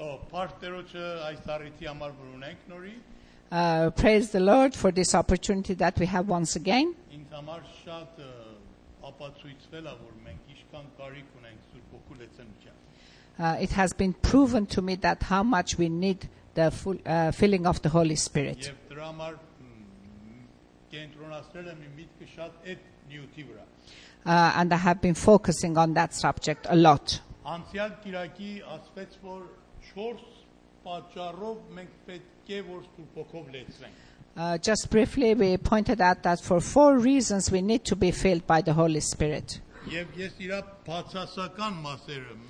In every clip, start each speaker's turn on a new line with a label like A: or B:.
A: Օ, Պարտերոջը այս առիթի համար որ ունենք նորի,
B: Uh, praise the Lord for this opportunity that we have once again.
A: ինձ համար շատ ը, ապացույցվել է, որ մենք ինչքան կարիք ունենք Սուրբ Օգու լեցնության։
B: Uh, it has been proven to me that how much we need the full, uh, filling of the Holy Spirit.
A: Եվ դրա համար մ, կենտրոնացրել եմ իմ միտքը շատ այդ նյութի վրա։
B: Uh, and I have been focusing on that subject a lot.
A: Անցյալ Կիրակի ասվեց, որ 4 պատճառով մենք պետք է որ Սուրբ Օգով լեցնենք։
B: Uh, just briefly, we pointed out that for four reasons we need to be filled by the Holy Spirit.
A: Եվ ես իր բացասական մասերը մ,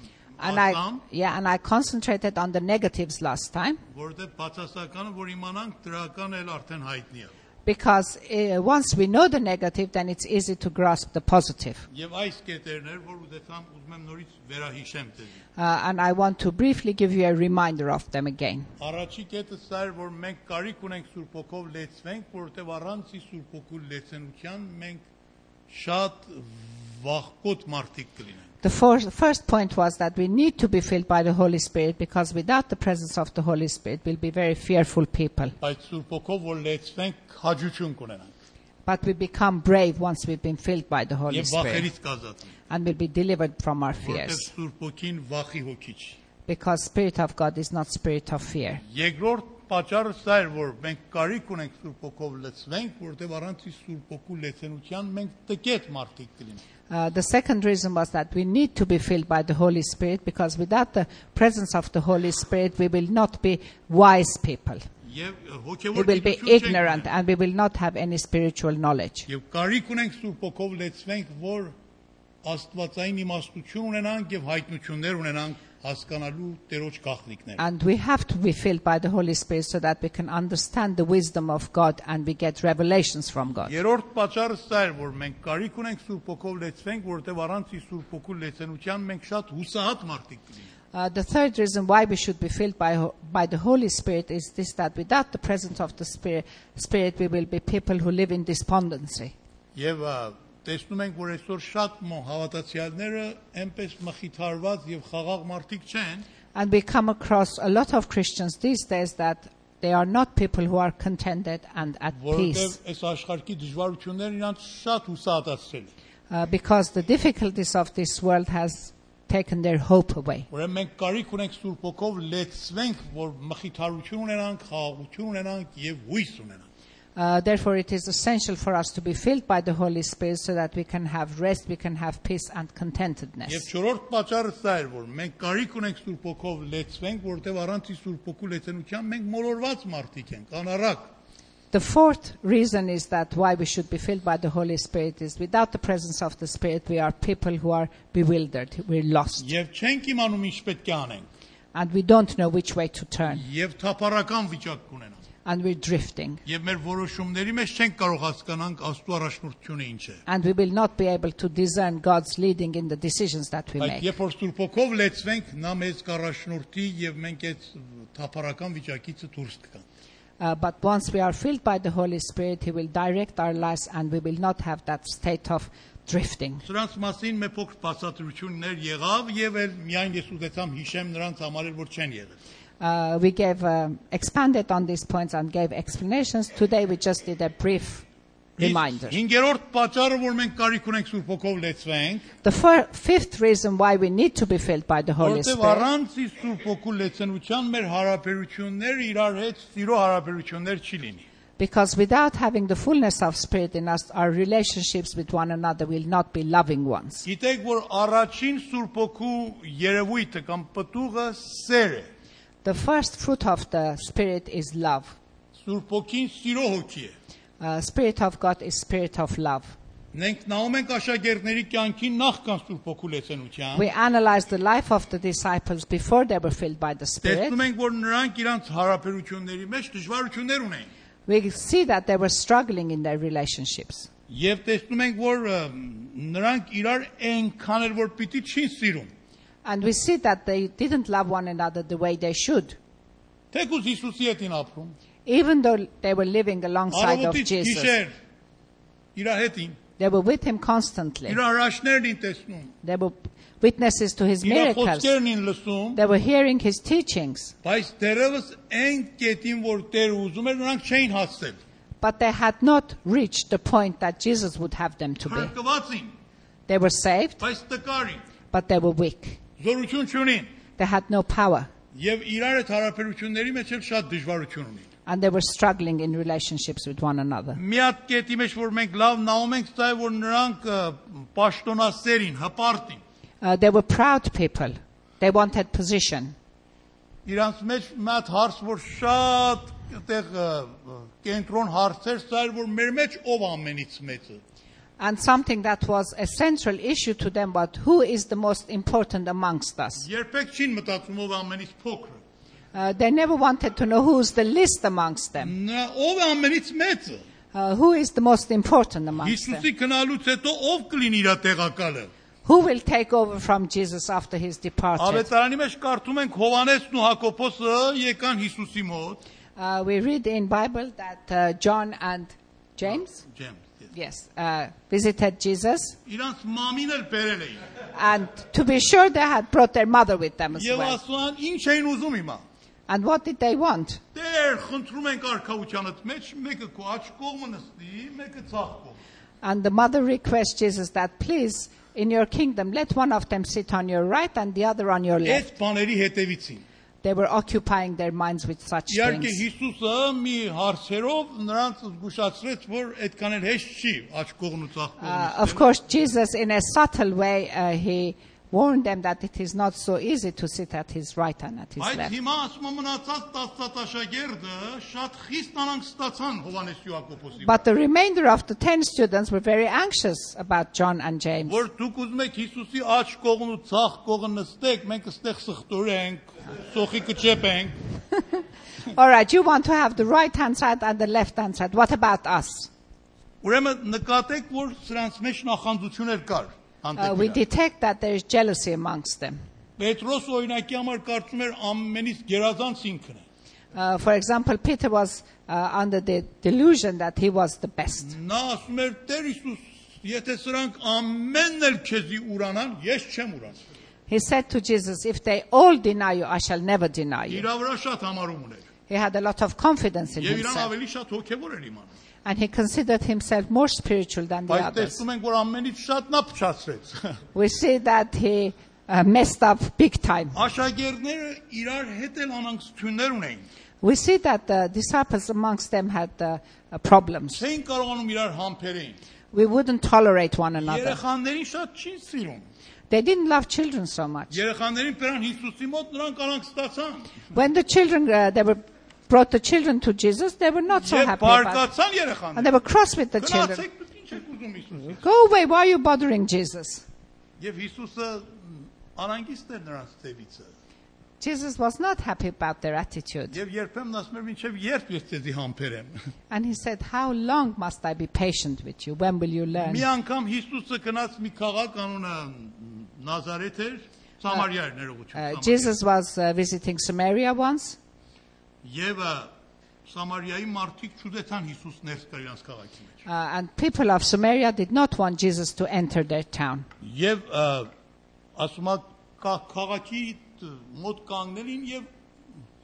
B: And I,
A: ասամ,
B: yeah, and I concentrated on the negatives last time
A: որտեղ բացասականը որ իմանանք դրական էլ արդեն հայտնի է։
B: because uh, once we know the negative, then it's easy to grasp the positive.
A: Եվ այս կետերն էր, որ ուզեցամ ուզում եմ նորից վերահիշեմ ձեզ։
B: Uh, and I want to briefly give you a reminder of them again.
A: Առաջի կետը սա էր, որ մենք կարիք ունենք Սուրբ Հոգով լեցվենք, որովհետև առանց ի Սուրբ Հոգու լեցնության մենք շատ վախկոտ մարդիկ կլինենք։
B: The first, first point was that we need to be filled by the Holy Spirit because without the presence of the Holy Spirit, we'll be very fearful people.
A: Բայց Սուրբ Հոգով որ լեցվենք, հաջություն կունենանք
B: But we become brave once we've been filled by the Holy
A: եւ
B: Spirit
A: վախերից կազատվենք,
B: and we'll be delivered from our
A: որովհետև
B: fears
A: Սուրբ Հոգին վախի հոգիչ։
B: because Spirit of God is not Spirit of fear.
A: Երկրորդ պատճառը սա էր, որ մենք կարիք ունենք Սուրբ Հոգով լեցվենք, որովհետև առանց ի Սուրբ Հոգու լեցնության մենք տկետ մարդիկ կլինենք։
B: Uh, the second reason was that we need to be filled by the Holy Spirit because without the presence of the Holy Spirit, we will not be wise people.
A: Եվ
B: We
A: հոգեվոր
B: will be
A: գիտություն չենք ունենա։
B: ignorant and we will not have any spiritual knowledge.
A: Եվ կարիք ունենք Սուրբ Հոգով լեցվենք, որ Աստվածային իմաստություն ունենանք եւ հայտնություններ ունենանք հասկանալու Տերոջ գաղտնիքները։
B: And we have to be filled by the Holy Spirit so that we can understand the wisdom of God and we get revelations from God.
A: Երորդ պատճառը սա էր, որ մենք կարիք ունենք Սուրբ Հոգով լեցվենք, որովհետեւ առանց ի Սուրբ Հոգու լեցնության մենք շատ հուսահատ մարդիկ կլինենք։
B: Uh, the third reason why we should be filled by, ho- by the Holy Spirit is this that without the presence of the Spirit, Spirit, we will be people who live in despondency.
A: Եվ ա, տեսնում ենք, որ այսօր շատ մո- հավատացյալները այնպես մխիթարված եւ խաղաղ մարդիկ չեն,
B: And we come across a lot of Christians these days that they are not people who are contented and at peace.
A: որովհետեւ այս աշխարհի դժվարությունները իրանց շատ հուսահատացրել են։
B: Uh, because the difficulties of this world has taken their hope away.
A: Ուրեմն մենք կարիք ունենք Սուրբ Հոգով լեցվենք, որ մխիթարություն ունենանք, խաղաղություն ունենանք եւ հույս ունենանք։
B: Uh, therefore, it is essential for us to be filled by the Holy Spirit so that we can have rest, we can have peace and contentedness.
A: Եվ չորրորդ պատճառը սա էր, որ մենք կարիք ունենք Սուրբ Հոգով լեցվենք, որովհետեւ առանց ի Սուրբ Հոգու լեցնության մենք մոլորված մարդիկ ենք, անառակ։
B: The fourth reason is that why we should be filled by the Holy Spirit is without the presence of the Spirit, we are people who are bewildered, we're lost,
A: Եվ չենք իմանում ինչ պետք է անենք,
B: and we don't know which way to turn,
A: եւ թափառական վիճակ կունենանք։
B: and we're drifting,
A: Եվ մեր որոշումների մեջ չենք կարող հասկանանք Աստծո առաջնորդությունը ինչ է։
B: and we will not be able to discern God's leading in the decisions that we
A: Բայց
B: make.
A: երբ որ Սուրբ Հոգով լեցվենք, նա մեզ կառաջնորդի եւ մենք այդ թափառական վիճակից դուրս կգանք։
B: Uh, but once we are filled by the Holy Spirit, He will direct our lives, and we will not have that state of drifting.
A: Սրանց մասին մի փոքր բացատրություններ եղավ եւ էլ միայն ես ուզեցամ հիշեմ նրանց համար, էլ որ չեն եղել։
B: Uh, we gave um, expanded on these points and gave explanations. Today we just did a brief reminder.
A: Իսկ Հինգերորդ պատճառը, որ մենք կարիք ունենք Սուրբ Հոգով լեցվենք,
B: The fir- fifth reason why we need to be filled by the Holy
A: որովհետեւ
B: Spirit
A: առանց իր Սուրբ Հոգու լեցնության մեր հարաբերությունները իրար հետ սիրո հարաբերություններ չի լինի։
B: because without having the fullness of Spirit in us, our relationships with one another will not be loving ones.
A: Գիտեք, որ առաջին Սուրբ Հոգու երևույթը կամ պտուղը սեր է։
B: The first fruit of the Spirit is love.
A: Սուրբ Հոգին սիրո հոգի է։
B: Uh, Spirit of God is Spirit of love.
A: Մենք նայում ենք աշակերտների կյանքին նախքան Սուրբ Հոգու լեցնության։
B: We analyze the life of the disciples before they were filled by the Spirit.
A: Տեսնում ենք, որ նրանք իրանց հարաբերությունների մեջ դժվարություններ ունեն։
B: We see that they were struggling in their relationships.
A: Եվ տեսնում ենք, որ ըմ, նրանք իրար այնքան էլ որ պիտի չին սիրում։
B: And we see that they didn't love one another the way they should,
A: Թեկուզ Հիսուսի հետ են ապրում։
B: even though they were living alongside of
A: Արաբոտից
B: Jesus.
A: գիշեր իր հետին
B: They were with him constantly.
A: իր առաջներն են տեսնում,
B: They were witnesses to his
A: իր
B: miracles.
A: խոսքերն են լսում,
B: They were hearing his teachings.
A: բայց դերևս այն կետին, որ Տեր ուզում էր, նրանք չէին հասել։
B: But they had not reached the point that Jesus would have them to be.
A: Փրկվածին,
B: They were saved,
A: բայց տկարին,
B: but they were weak.
A: զորություն չունին
B: They had no power,
A: եւ իրար հետ հարաբերությունների մեջ էլ շատ դժվարություն ունին։
B: and they were struggling in relationships with one another.
A: Մի հատ կետի մեջ որ մենք լավ նայում ենք, ցայ որ նրանք ը, պաշտոնասերին, հպարտին,
B: Uh, they were proud people. They wanted position.
A: իրանց մեջ մի հատ հարց որ շատ այդեղ ը, ը, կենտրոն հարցեր ցայ որ մեր մեջ ով ամենից մեծը։
B: And something that was a central issue to them was who is the most important amongst us?
A: Երբեք չին մտածում ով ամենից փոքրը։
B: Uh, they never wanted to know who is the least amongst them,
A: Նա ով է ամենից մեծը։
B: uh, who is the most important amongst them,
A: Հիսուսի քնալուց հետո ով կլինի իր տեղակալը։
B: who will take over from Jesus after his departure.
A: Ավետարանի մեջ կարդում ենք Հովանեսն ու Հակոբոսը եկան Հիսուսի մոտ։
B: Uh, we read in Bible that uh, John and James,
A: Ջեմս։ yes։
B: yes, uh, visited Jesus,
A: Իրանց մամին էլ բերել էին։
B: and to be sure they had brought their mother with them as
A: Եվ
B: well.
A: ասում են, ինչ էին ուզում հիմա։
B: And what did they want?
A: Տեր, խնդրում ենք արքայությանդ մեջ մեկը քո աջ կողմը նստի, մեկը ցախ կողմ։
B: And the mother requests Jesus that, please, in your kingdom, let one of them sit on your right and the other on your
A: Այդ
B: left.
A: բաների հետևիցին։
B: They were occupying their minds with such
A: Իհարկե
B: things.
A: Հիսուսը մի հարցերով նրանց զգուշացրեց, որ այդքան էլ հեշտ չի աջ կողմն ու ցախ
B: Uh,
A: կողմը։
B: of course, Jesus, in a subtle way, uh, he warned them that it is not so easy to sit at his right and at his
A: Այդ
B: left.
A: հիմա ասում եմ մնացած 10 աշակերտը շատ խիստ անանք ստացան Հովանես Հակոբոսի։
B: But the remainder of the 10 students were very anxious about John and James.
A: Որ դուք ուզում եք Հիսուսի աջ կողմն ու ցախ կողմը նստեք, մենք այստեղ սխտորենք, սոխի կճեպենք։
B: All right, you want to have the right hand side and the left hand side. What about us?
A: Ուրեմն նկատեք, որ սրանց մեջ նախանձություններ կար։
B: Uh, we
A: հանդեպ իրար։
B: detect that there is jealousy amongst them.
A: Պետրոս օրինակի համար կարծում էր ամենից գերազանց ինքն է։
B: Uh, for example, Peter was uh, under the delusion that he was the best.
A: Նա ասում էր Տեր Հիսուս, եթե սրանք ամենն էլ քեզի ուրանան, ես չեմ ուրանա։
B: He said to Jesus, If they all deny you, I shall never deny you.
A: Իրա վրա շատ համարում ուներ։
B: He had a lot of confidence in
A: Եվ իրան
B: himself,
A: ավելի շատ հոգևոր էր իմանում։
B: and he considered himself more spiritual than the
A: Բայց
B: others.
A: տեսնում ենք, որ ամենից շատ նա փչացրեց։
B: We see that he uh, messed up big time.
A: Աշակերտները իրար հետ էլ անանցություններ ունեին։
B: We see that the disciples amongst them had uh, uh, problems.
A: Չէին կարողանում իրար համբերեին։
B: We wouldn't tolerate one another.
A: Երեխաներին շատ չին սիրում։
B: They didn't love children so much.
A: Երեխաներին բերան Հիսուսի մոտ նրանք առանց ստացան։
B: When the children, uh, they were brought the children to Jesus, they were not so
A: Եվ
B: happy about it.
A: բարկացան
B: And they
A: երեխաները։
B: were cross with the children.
A: Գնացեք դուք ինչ եք ուզում Հիսուսի։
B: Go away, why are you bothering Jesus?
A: Եվ Հիսուսը անանգիստ էր նրանց ծեվիցը։
B: Jesus was not happy about their attitude.
A: Եվ երբեմն ասում էր մինչև երբ ես քեզի համբերեմ։
B: And he said, How long must I be patient with you? When will you learn?
A: Մի անգամ Հիսուսը գնաց մի քաղաք անունը Նազարեթ էր, Սամարիա էր ներողություն։
B: Uh,
A: Սամարիա։
B: Jesus was uh, visiting Samaria once,
A: Եվ ա, Սամարիայի մարդիկ ճուդեցան Հիսուս ներս գար իրանց քաղաքի մեջ։
B: uh, and people of Samaria did not want Jesus to enter their town.
A: Եվ ա, ասում է կա- քաղաքի տ- մոտ կանգներին եւ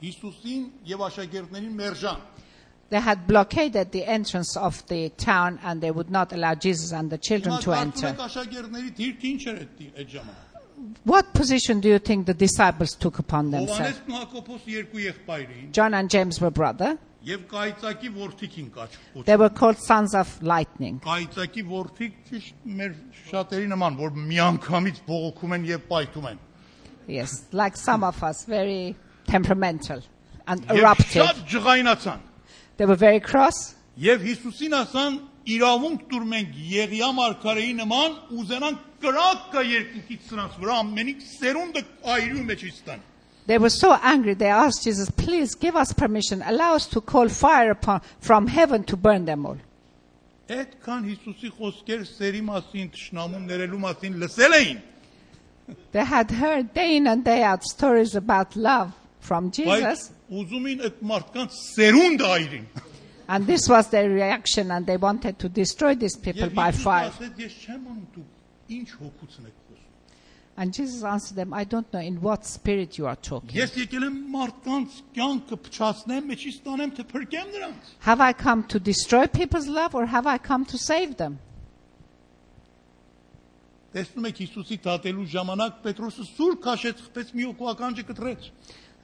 A: Հիսուսին եւ աշակերտներին մերժան։
B: They had blockaded the entrance of the town and they would not allow Jesus and the children
A: Հիմա
B: to
A: կարծում
B: enter.
A: եք աշակերտների դիրքը ինչ էր այդ դի- այդ ժամանակ։
B: What position do you think the disciples took upon themselves?
A: Հովանեսն ու Հակոբոս երկու եղբայրին
B: John and James were brother.
A: եւ Կայծակի որդիքին կաչկոց։
B: They were called sons of lightning.
A: Կայծակի որդիք ճիշտ մեր շատերի նման, որ միանգամից բողոքում են եւ պայթում են։
B: Yes, like some of us, very temperamental and
A: Եվ
B: eruptive.
A: շատ ջղայնացան։
B: They were very cross.
A: Եվ Հիսուսին ասան՝ իրավունք դուր մենք Եղիա մարգարեի նման ուզենան կրակը երկնքից սրանց վրա ամենիկ սերունդը այրու մեջ իստան։
B: They were so angry, they asked Jesus, please give us permission, allow us to call fire upon, from heaven to burn them all.
A: Այդքան Հիսուսի խոսքեր սերի մասին, ճշնամուն ներելու մասին լսել էին,
B: They had heard day in and day out stories about love from
A: բայց
B: Jesus,
A: ուզում էին այդ մարդկանց սերունդը այրին։
B: And this was their reaction, and they wanted to destroy these people
A: Եվ
B: by
A: Հիսուսը
B: fire.
A: ասեց ես չեմ անում դուք ինչ հոգուցն եք խոսում։
B: And Jesus answered them, I don't know in what spirit you are talking.
A: Ես եկել եմ մարդկանց կյանքը փչացնեմ, մեջից տանեմ թե փրկեմ նրանց։
B: Have I come to destroy people's love, or have I come to save them?
A: Տեսնում եք Հիսուսի դատելու ժամանակ Պետրոսը սուր քաշեց, խփեց մի օկու ականջը կտրեց։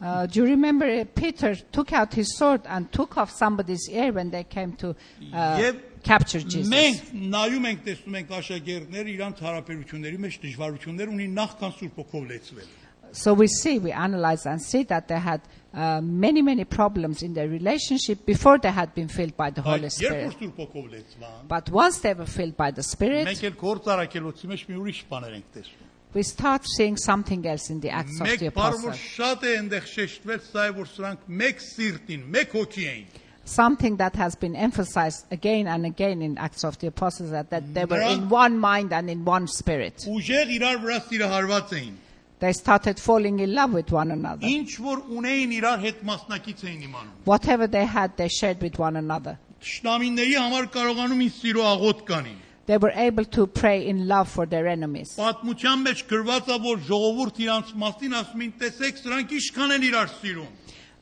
B: Uh, do you remember uh, Peter took out his sword and took off somebody's ear when they came to uh,
A: Yep.
B: capture Jesus?
A: Մենք նայում ենք, տեսնում ենք աշակերտները իրանց հարաբերությունների մեջ դժվարություններ ունի նախքան Սուրբ Օքով լեցվել։
B: So we see, we analyze and see that they had uh, many, many problems in their relationship before they had been filled by the Holy
A: Բայց երբ որ
B: Spirit.
A: Սուրբ Օքով լեցվան,
B: But once they were filled by the Spirit,
A: մենք էլ գործ արակելոցի մեջ մի ուրիշ բաներ ենք տեսնում։
B: we start seeing something else in the Acts of
A: Մեկ
B: the
A: բառը որ
B: Apostles.
A: շատ է այնտեղ շեշտվել, սա է որ սրանք մեկ սիրտին, մեկ հոգի էին։
B: Something that has been emphasized again and again in Acts of the Apostles that, that they were
A: Նրանք-
B: in one mind and in one spirit.
A: Ուժեղ իրար վրա սիրահարված էին։
B: They started falling in love with one another.
A: Ինչ որ ունեին իրար հետ մասնակից էին իմանում։
B: Whatever they had, they shared with one another.
A: Շնամինների համար կարողանում ին սիրո աղոտ կանին։
B: They were able to pray in love for their enemies.
A: Պատմության մեջ գրված է որ ժողովուրդ իրանց մասին ասում են տեսեք սրանք ինչքան են իրար սիրում։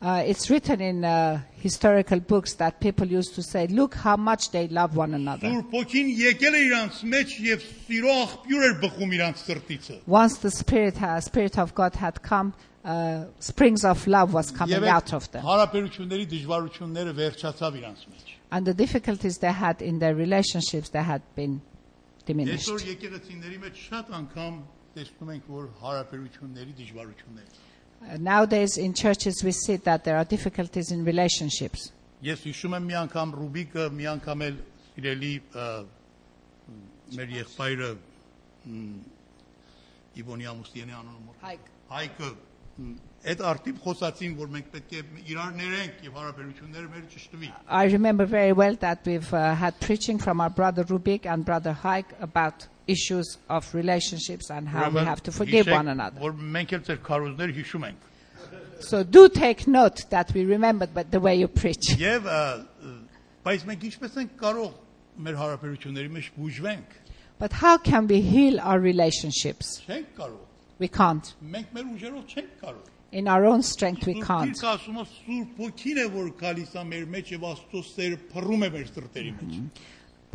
B: Uh, it's written in uh, historical books that people used to say, look how much they love one another.
A: Սուրբ ոգին եկել է իրանց մեջ եւ սիրո աղբյուր էր բխում իրանց սրտիցը։
B: Once the Spirit, ha- Spirit of God had come, uh, springs of love was coming
A: այդ
B: out of them.
A: հարաբերությունների դժվարությունները վերջացավ իրանց մեջ։
B: And the difficulties they had in their relationships, they had been diminished.
A: Այսօր եկեղեցիների մեջ շատ անգամ տեսնում ենք որ հարաբերությունների դժվարություններ։
B: Uh, nowadays in churches, we see that there are difficulties in relationships.
A: Ես հիշում եմ մի անգամ Ռուբիկը, մի անգամ էլ իրելի մեր եղբայրը Իվոնի ամուսինի անունով
B: Հայկ։
A: Հայկը մ, այդ արտիպ խոսացին, որ մենք պետք է իրար ներենք եւ հարաբերությունները մեր ճշտվի։
B: I remember very well that we've uh, had preaching from our brother Rubik and brother Haik about issues of relationships and how we
A: Ուրեմն
B: have to forgive
A: հիշեք,
B: one another.
A: Որ մենք էլ ձեր քարոզները հիշում ենք։
B: So do take note that we remember but the way you preach.
A: Եվ ա, ը, բայց մենք ինչպես ենք կարող մեր հարաբերությունների մեջ բուժվենք։
B: But how can we heal our relationships?
A: Չենք կարող։
B: We can't.
A: Մենք մեր ուժերով չենք կարող։
B: In our own strength we can't.
A: Սուրբ ասում է Սուրբ ոգին է որ գալիս է մեր մեջ եւ Աստծո սերը փռում է մեր սրտերի մեջ։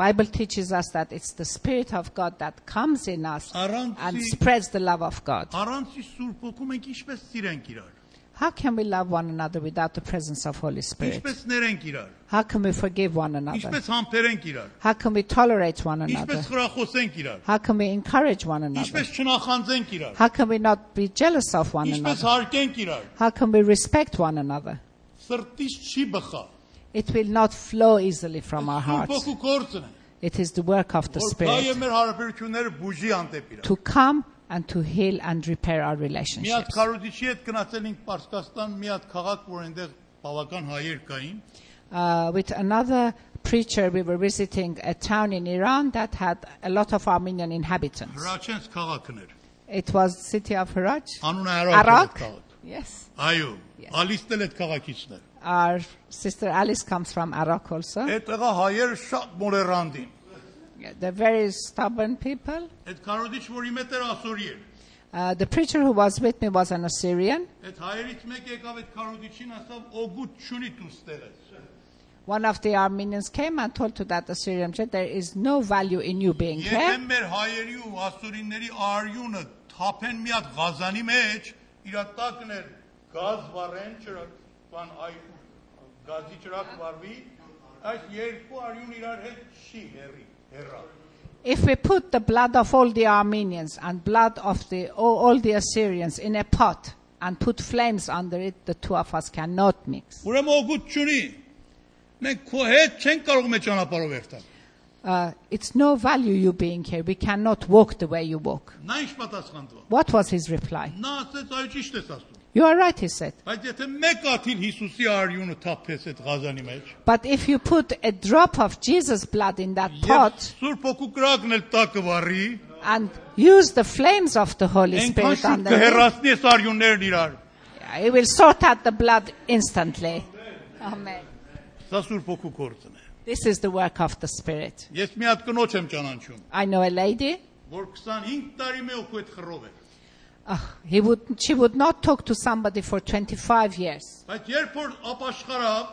B: Bible teaches us that it's the spirit of God that comes in us
A: Around
B: and
A: the-
B: spreads the love of God.
A: Առանց իր Սուրբ ոգու մենք ինչպես սիրենք իրար։
B: How can we love one another without the presence of Holy Spirit?
A: Ինչպես ներենք իրար։
B: How can we forgive one another?
A: Ինչպես համբերենք իրար։
B: How can we tolerate one another?
A: Ինչպես խրախոսենք իրար։
B: How can we encourage one another?
A: Ինչպես չնախանձենք իրար։
B: How can we not be jealous of one
A: Ինչպես
B: another?
A: հարգենք իրար։
B: How can we respect one another?
A: Սրտից չի բխա։
B: It will not flow easily from our
A: Սուրբ
B: hearts.
A: ոգու գործն է։
B: It is the work of the
A: Որ դա եւ
B: Spirit
A: մեր հարաբերությունները բուժի անտեպ իրար։
B: to come and to heal and repair our
A: Մի հատ
B: relationships.
A: քարոզիչի հետ գնացել ենք Պարսկաստան, մի հատ քաղաք, որ այնտեղ բավական հայեր կային։
B: Uh, with another preacher, we were visiting a town in Iran that had a lot of Armenian inhabitants.
A: Հրաչենս քաղաքն էր։
B: It was the city of Haraj.
A: Անունը Արաք։
B: Arak.
A: քաղաք։
B: Yes.
A: Այո,
B: Yes.
A: ալիստել այդ քաղաքիցներ։
B: Our sister Alice comes from Arak also.
A: Այդ տղա հայերը շատ մոլերանդին։
B: They're very stubborn people.
A: Այդ քարոզիչ, որ իմ հետ էր ասորի էր։
B: Uh, the preacher who was with me was an Assyrian.
A: Այդ հայերից մեկ եկավ այդ քարոզիչին, ասավ՝ «Օգուտ չունի դու ստեղես»։
B: One of the Armenians came and told to that Assyrian church, there is no value in you being
A: Եթե
B: here.
A: մեր հայերի ու ասորիների արյունը թափեն մի հատ ղազանի մեջ, իր տակն էր գազ վառեն ճրակ, բան այ գազի ճրակ վառվի, այս երկու արյուն իրար հետ չի հերի, հերա։
B: If we put the blood of all the Armenians and blood of the, all, all the Assyrians in a pot and put flames under it, the two of us cannot mix.
A: Ուրեմն օգուտ չունի։ Մենք քո հետ չենք կարող մեր ճանապարհով երթալ։
B: Uh, it's no value you being here. We cannot walk the way you walk.
A: Նա ինչ պատասխան տվա։
B: What was his reply?
A: Նա ասեց, այո, ճիշտ ես ասում։
B: You are right, he said.
A: Բայց եթե մեկ աթիլ Հիսուսի արյունը թափես այդ ղազանի մեջ,
B: But if you put a drop of Jesus' blood in that
A: եւ
B: pot
A: Սուրբ ոգու կրակն էլ տակը վառի,
B: and use the flames of the Holy
A: այնքան
B: Spirit
A: շուտ
B: on the
A: կհեռացնի այս արյուններն իրար։
B: He will sort out the blood instantly. Amen.
A: Սա Սուրբ Հոգու գործն է։
B: This is the work of the Spirit.
A: Ես մի հատ կնոջ եմ ճանաչում,
B: I know a lady.
A: որ 25 տարի մե օքու այդ խռով էր։
B: Uh, he would, she would not talk to somebody for 25 years.
A: Բայց երբ որ ապաշխարավ,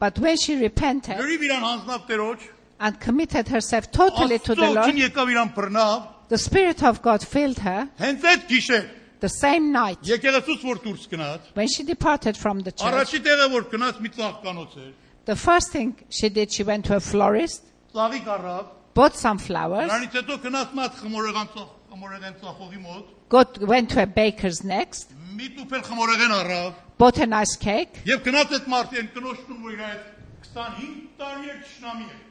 B: But when she repented
A: գրիվ իրան հանձնավ Տերոջ,
B: and committed herself totally to the
A: Աստծո
B: Lord,
A: քին եկավ իրան բռնավ,
B: the Spirit of God filled her
A: հենց այդ գիշեր
B: the same night
A: եկեղեցուց որ դուրս գնաց,
B: when she departed from the church.
A: առաջի տեղը որ գնաց մի ծաղկանոց էր։
B: The first thing she did, she went to a florist,
A: Ծաղիկ առավ,
B: bought some flowers,
A: նրանից հետո գնաց մատ խմորեղան ծաղ, խմորեղան ծախողի մոտ,
B: got, went to a baker's next,
A: մի տուփել խմորեղեն առավ,
B: bought a nice cake,
A: Եվ գնաց այդ մարդին կնոջն ու իր այդ 25 տարի էր ճշնամի էր։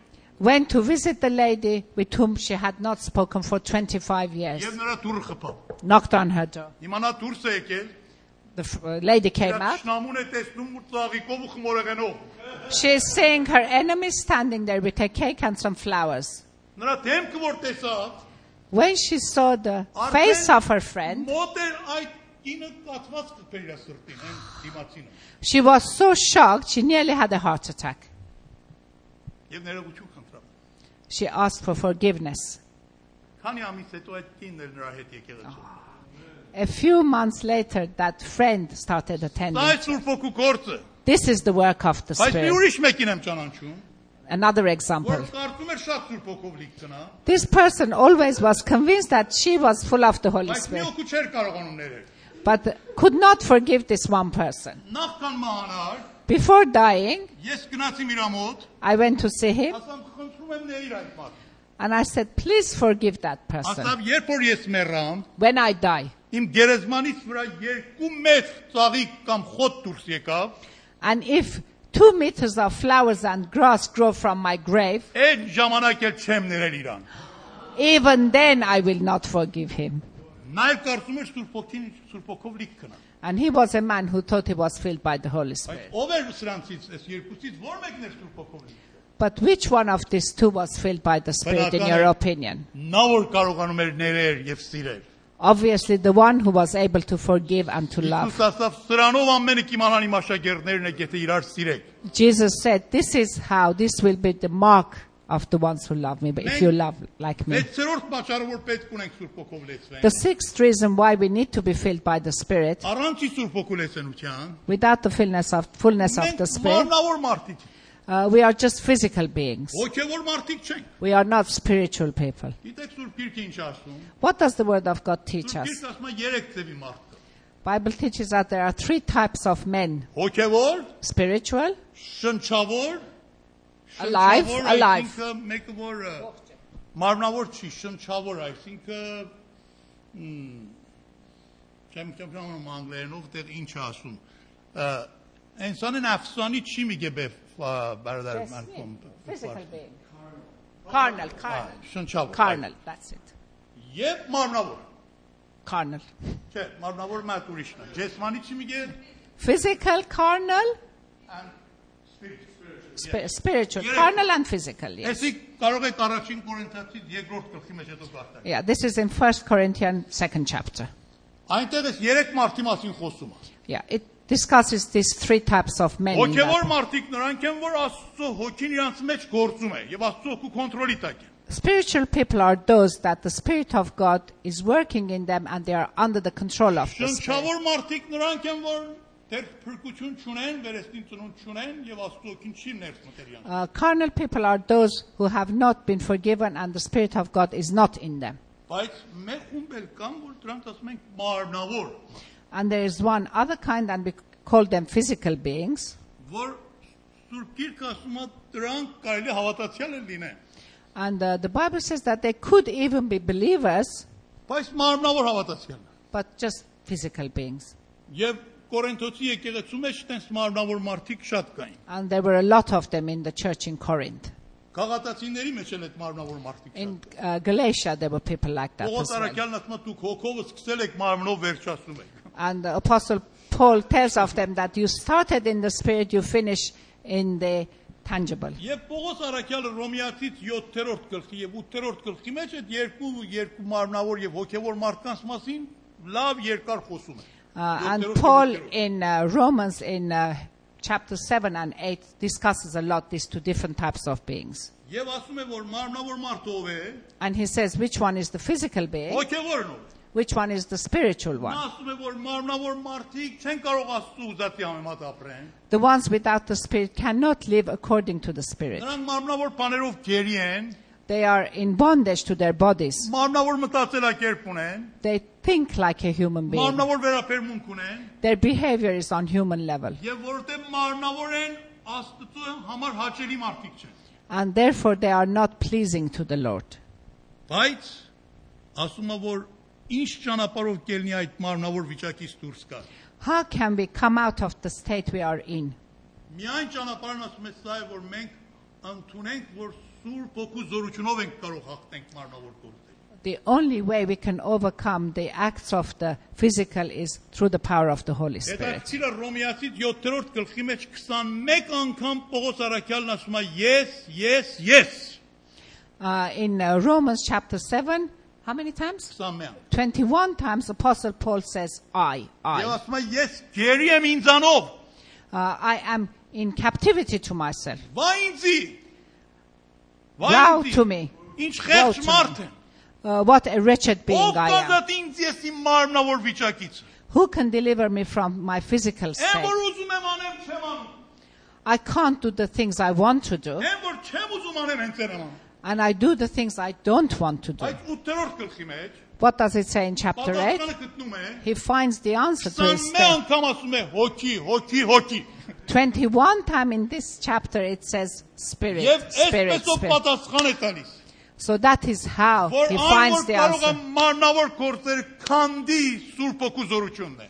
B: went to visit the lady with whom she had not spoken for 25 years,
A: Եվ նրա դուրը խփավ։
B: knocked on her door.
A: Հիմա նա դուրս է եկել,
B: The f- uh, lady came
A: իր
B: out.
A: ճշնամուն է տեսնում ու ծաղիկով ու խմորեղենով։
B: She is seeing her enemy standing there with a cake and some flowers.
A: Նրա դեմքը որ տեսա,
B: When she saw the
A: արդեն
B: face of her friend,
A: Մոտ էր այդ ինը կացված կբեր իր սրտին, այն դիմացինը։
B: she was so shocked she nearly had a heart attack.
A: Եվ ներողություն խնդրավ։
B: She asked for forgiveness.
A: Քանի ամիս հետո այդ կինն էր նրա հետ եկեղեցու։
B: A few months later, that friend started
A: Դա
B: attending.
A: է Սուրբ Հոգու գործը։
B: This is the work of the
A: Բայց մի
B: Spirit.
A: ուրիշ մեկին եմ ճանաչում,
B: Another
A: որ
B: example.
A: կարծում էր շատ Սուրբ Հոգով լիք կնա,
B: This person always was convinced that she was full of the Holy
A: բայց մի
B: Spirit,
A: օգու չէր կարողանում ներել։
B: but could not forgive this one person.
A: Նախքան մահանար,
B: Before dying,
A: ես գնացի իր մոտ,
B: I went to see him
A: ասամ խնդրում եմ ներ այդ մարդը։
B: and I said, Please forgive that person.
A: Ասամ երբ որ ես մեռամ,
B: when I die.
A: իմ գերեզմանից վրա երկու մեծ ծաղիկ կամ խոտ դուրս եկավ,
B: And if two meters of flowers and grass grow from my grave,
A: այդ ժամանակ էլ չեմ ներել իրան։
B: even then I will not forgive him.
A: Նայ կարծում եմ Սուրբ Օքին Սուրբ Օքով լիք կնա։
B: And he was a man who thought he was filled by the Holy Spirit.
A: Բայց ով էր սրանցից, այս երկուսից ո՞ր մեկն էր Սուրբ Օքով լիք։
B: But which one of these two was filled by the Spirit, in
A: I-
B: your opinion?
A: Նա որ կարողանում էր ներել եւ սիրել։
B: Obviously, the one who was able to forgive and to love.
A: Հիսուս ասաց. «Սրանով ամենը կիմանան իմ աշակերտներն եք, եթե իրար սիրեք»։
B: Jesus said, This is how, this will be the mark of the ones who love me, but if you love like me.
A: Մեծերորդ պատճառը որ պետք ունենք Սուրբ Օքով լեցվեն։
B: The sixth reason why we need to be filled by the Spirit,
A: Առանց ի Սուրբ Օքու լեցնության
B: without the fullness of, fullness of
A: Մենք
B: the Spirit,
A: մարմնավոր մարդիկ,
B: Uh, we are just physical beings.
A: հոգևոր մարդիկ չենք։
B: We are not spiritual people.
A: Գիտեք Սուրբ Գիրքը ինչ ասում։
B: What does the Word of God teach
A: Սուրբ
B: us?
A: Գիրքը ասում է երեք ձևի մարդ։
B: Bible teaches that there are three types of men:
A: Հոգևոր,
B: spiritual,
A: շնչավոր,
B: Alive,
A: շնչավոր,
B: alive.
A: Այսինքն մեկը որ ը, մարմնավոր չի, շնչավոր, այսինքն մ, uh, hmm. չեմ չեմ անգլերենով դեռ ինչ է ասում։ ը, Ինսանը նավսանի չի միգե բեֆ բարդար մարկոմ։
B: physical being, carnal, carnal,
A: Շնչավոր։
B: carnal. That's it,
A: Եվ մարմնավոր։
B: carnal.
A: Չէ, մարմնավոր մարդ ուրիշն է։ Ջեսմանի չի միգե
B: Physical, carnal,
A: and spirit.
B: sp- spiritual,
A: Yeah.
B: carnal and physical. Yes.
A: Այսինք կարող եք առաջին Կորինթացից երկրորդ գլխի մեջ հետո կարդալ։
B: Yeah. This is in First Corinthians second chapter.
A: Այնտեղ էս երեք մարդի մասին խոսում է։
B: Yeah. It discusses these three types of men. in that.
A: Հոգևոր մարդիկ նրանք են, որ Աստծո հոգին իրանց մեջ գործում է եւ Աստծո հոգու կոնտրոլի տակ է։
B: Spiritual people are those that the Spirit of God is working in them and they are under the control of the Spirit.
A: Շնչավոր մարդիկ նրանք են, որ դեռ փրկություն չունեն, վերստին ծնունդ չունեն եւ Աստծո հոգին չի ներս մտել իրանք։
B: Uh, carnal people are those who have not been forgiven and the Spirit of God is not in them.
A: Բայց մեր խումբ էլ կան, որ դրանց ասում են մարմնավոր,
B: And there is one other kind and we call them physical beings.
A: որ Սուրբ Գիրքը ասում է դրանք կարելի հավատացյալ են լինեն։
B: And uh, the Bible says that they could even be believers,
A: Բայց մարմնավոր հավատացյալն է։
B: but just physical beings.
A: Եվ Կորինթոսի եկեղեցու մեջ տես մարմնավոր մարդիկ շատ կային։
B: And there were a lot of them in the church in Corinth.
A: Գաղատացիների մեջ էլ այդ մարմնավոր մարդիկ շատ։
B: In uh, Galatia, there were people like that.
A: Պողոս
B: As well.
A: Արաքյանն ասում է դուք հոգով սկսել եք մարմնով վերջացնում եք։
B: And the Apostle Paul tells of them that you started in the spirit, you finish in the tangible.
A: Եվ Պողոս Արաքյալը Ռոմեացից 7-րդ գլխի եւ 8-րդ գլխի մեջ այդ երկու երկու մարմնավոր եւ հոգեվոր մարդկանց մասին լավ երկար խոսում է։
B: Uh, and
A: Յոթերորդ և
B: Paul
A: ութերորդ։
B: in uh, Romans in uh, chapter 7 and 8 discusses a lot these two different types of beings.
A: Եվ ասում է որ մարմնավոր մարդը ով է,
B: And he says which one is the physical being,
A: հոգևորն ով է։
B: which one is the spiritual
A: Նա
B: one.
A: ասում է որ մարմնավոր մարդիկ չեն կարող Աստծո ուզածի համեմատ ապրեն։
B: The ones without the spirit cannot live according to the spirit.
A: Նրանք մարմնավոր բաներով գերի են,
B: They are in bondage to their bodies.
A: մարմնավոր մտածելակերպ ունեն,
B: They think like a human being.
A: մարմնավոր վերաբերմունք ունեն,
B: Their behavior is on human level.
A: եւ որովհետեւ մարմնավոր են Աստծո համար հաճելի մարդիկ չեն։
B: And therefore they are not pleasing to the Lord.
A: Բայց ասում է որ ինչ ճանապարհով կելնի այդ մարմնավոր վիճակից դուրս գալ։
B: How can we come out of the state we are in?
A: Միայն ճանապարհն ասում է սա է որ մենք ընդունենք որ Սուրբ Հոգու զորությունով ենք կարող հաղթենք մարմնավոր գործերը։
B: The only way we can overcome the acts of the physical is through the power of the Holy Spirit.
A: Հետաքրքիր է Ռոմեացից 7-րդ գլխի մեջ 21 անգամ Պողոս Արաքյալն ասում է ես, ես, ես։
B: Uh, in uh, Romans chapter 7, how many times?
A: 21
B: 21 times Apostle Paul says, I, I.
A: Եվ
B: Uh,
A: ասում է ես գերի եմ ինձանով,
B: I am in captivity to myself.
A: վա ինձի։
B: Woe to me.
A: Ինչ խեղճ
B: Woe to me.
A: մարդ եմ։
B: Uh, what a wretched being
A: Ով
B: I am.
A: կազատ ինձ ես իմ մարմնավոր վիճակից։
B: Who can deliver me from my physical
A: Էն
B: state?
A: որ ուզում եմ անեմ, չեմ անում։
B: I can't do the things I want to do,
A: Էն որ չեմ ուզում անեմ, հենց եմ անում։
B: and I do the things I don't want to do.
A: Այդ 8-րդ գլխի մեջ
B: What does it say in chapter 8?
A: պատասխանը գտնում է
B: He finds the answer to his
A: 21
B: state.
A: անգամ ասում է հոգի, հոգի, հոգի։
B: 21 time in this chapter it says spirit,
A: Եվ
B: spirit,
A: այսպես ով
B: spirit.
A: պատասխան է տալիս։
B: So that is how
A: որ
B: he finds
A: անոր
B: the
A: կարող է
B: answer.
A: մարմնավոր գործերը քանդի Սուրբ Հոգու զորությունն է։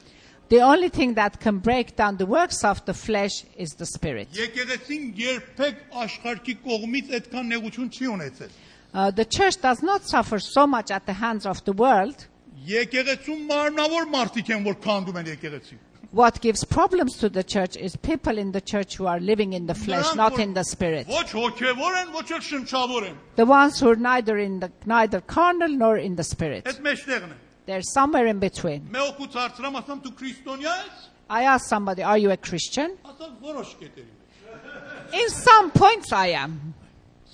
B: The only thing that can break down the works of the flesh is the spirit.
A: Եկեղեցին երբեք աշխարհի կողմից այդքան նեղություն չի ունեցել։
B: Uh, the church does not suffer so much at the hands of the world.
A: Եկեղեցում մարմնավոր մարդիկ են, որ քանդում են եկեղեցին։
B: What gives problems to the church is people in the church who are living in the flesh,
A: Նրանք,
B: not
A: որ
B: in the spirit.
A: Ոչ հոգևոր են, ոչ էլ շնչավոր են։
B: The ones who are neither in the neither carnal nor in the spirit.
A: Այդ մեջտեղն է։
B: They're somewhere in between.
A: Մեոքուց հարցրամ, ասամ դու քրիստոնյա ես։
B: I asked somebody, "Are you a Christian?"
A: Ասավ որոշ կետերի մեջ։
B: In some points, I am.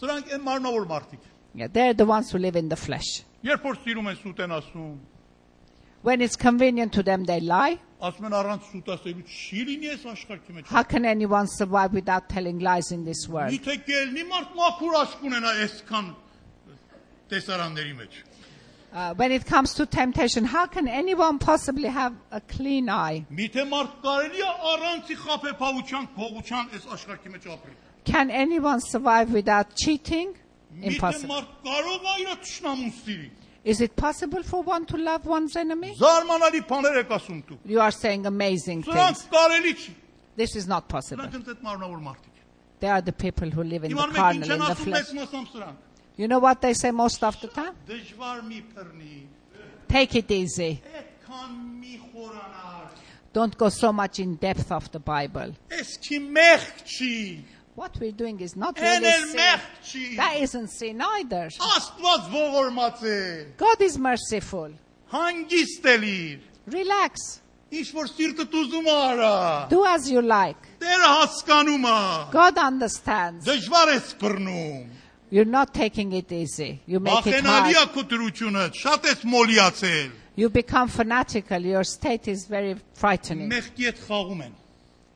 A: Սրանք են մարմնավոր մարդիկ։
B: Yeah, they're the ones who live in the flesh.
A: Երբ որ սիրում են սուտ են ասում,
B: When it's convenient to them, they lie.
A: ասում են առանց սուտ ասելու չի լինի այս աշխարհի մեջ։
B: How can anyone survive without telling lies in this world?
A: Միթե գելնի մարդ մաքուր աշկ ունենա այսքան տեսարանների մեջ։
B: Uh, when it comes to temptation, how can anyone possibly have a clean eye?
A: Միթե մարդ կարելի է առանցի խափեփավության, փողության այս աշխարհի մեջ ապրել։
B: Can anyone survive without cheating?
A: Միթե
B: Impossible.
A: մարդ կարող է իր ճշնամուն սիրի։
B: Is it possible for one to love one's enemy?
A: Զարմանալի բաներ եք ասում դու։
B: You are saying amazing
A: Սրանք
B: things.
A: կարելի չի։
B: This is not possible.
A: Սրանք ինձ այդ մարմնավոր մարդիկ են։
B: They are the people who live in the
A: Իման մենք
B: carnal,
A: ինչ
B: in
A: են
B: the
A: ասում
B: flesh.
A: մեծ մասամ սրանք։
B: You know what they say most of the time?
A: Դժվար մի փռնի,
B: Take it easy.
A: այդքան մի խորանար։
B: Don't go so much in depth of the Bible.
A: Էս քի մեղք չի։
B: What we're doing is not
A: Էն
B: really
A: էլ
B: sin.
A: մեղք չի։
B: That isn't sin either.
A: Աստված ողորմած է։
B: God is merciful.
A: Հանգիստ է լիր։
B: Relax.
A: Ինչ որ սիրտը դուզում է արա։
B: Do as you like.
A: Տերը հասկանում է։
B: God understands.
A: Դժվար է սփռնում։
B: You're not taking it easy. You make it
A: Ախենալի է
B: hard.
A: քո դրությունը, շատ է մոլիացել։
B: You become fanatical. Your state is very frightening.
A: Մեղքի հետ խաղում են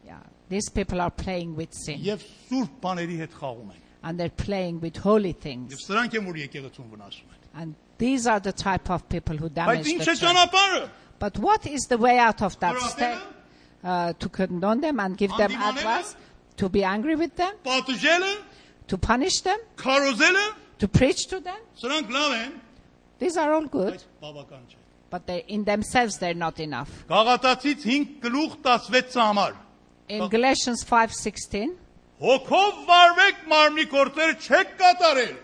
B: Yeah. These people are playing with sin
A: եւ սուրբ բաների հետ խաղում են։
B: and they're playing with holy
A: Եվ
B: things.
A: սրանք են որ եկեղեցուն վնասում են։
B: And these are the type of people who damage
A: Բայց
B: the
A: ինչ է
B: church.
A: ճանապարհը։
B: But what is the way out of that
A: Որովհետև
B: state? Uh, to condemn them and give them
A: Հանդիմանելը,
B: advice, to be angry with them,
A: Պատժելը,
B: to punish them,
A: քարոզելը,
B: to preach to them.
A: սրանք լավ են,
B: These are all good,
A: բայց բավական չէ։
B: but they, in themselves they're not enough.
A: Գաղատացից 5 գլուխ 16-ը համար։
B: In Galatians 5:16,
A: Հոգով վարվեք մարմնի գործերը չեք կատարել։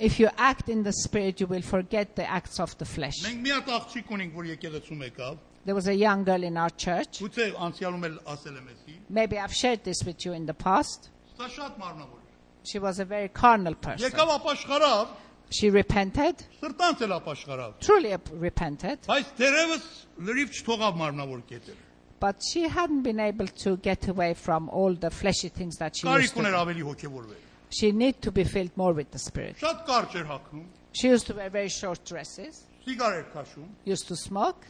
B: if you act in the spirit, you will forget the acts of the flesh.
A: Մենք մի հատ աղջիկ ունենք, որ եկեղեցում եկավ։
B: There was a young girl in our church.
A: Գուցե անցյալում էլ ասել եմ էսի։
B: Maybe I've shared this with you in the past.
A: Սա շատ մարմնավոր է։
B: She was a very carnal person.
A: Եկավ ապաշխարավ,
B: She repented,
A: սրտանց էլ ապաշխարավ։
B: truly repented,
A: Բայց դերևս լրիվ չթողավ մարմնավոր կետերը։
B: But she hadn't been able to get away from all the fleshy things that she used
A: Կարիք
B: to.
A: ուներ
B: do.
A: ավելի հոգևորվել։
B: She need to be filled more with the Spirit.
A: Շատ կարճ էր հագնում,
B: She used to wear very short dresses,
A: սիգար էր քաշում
B: used to smoke.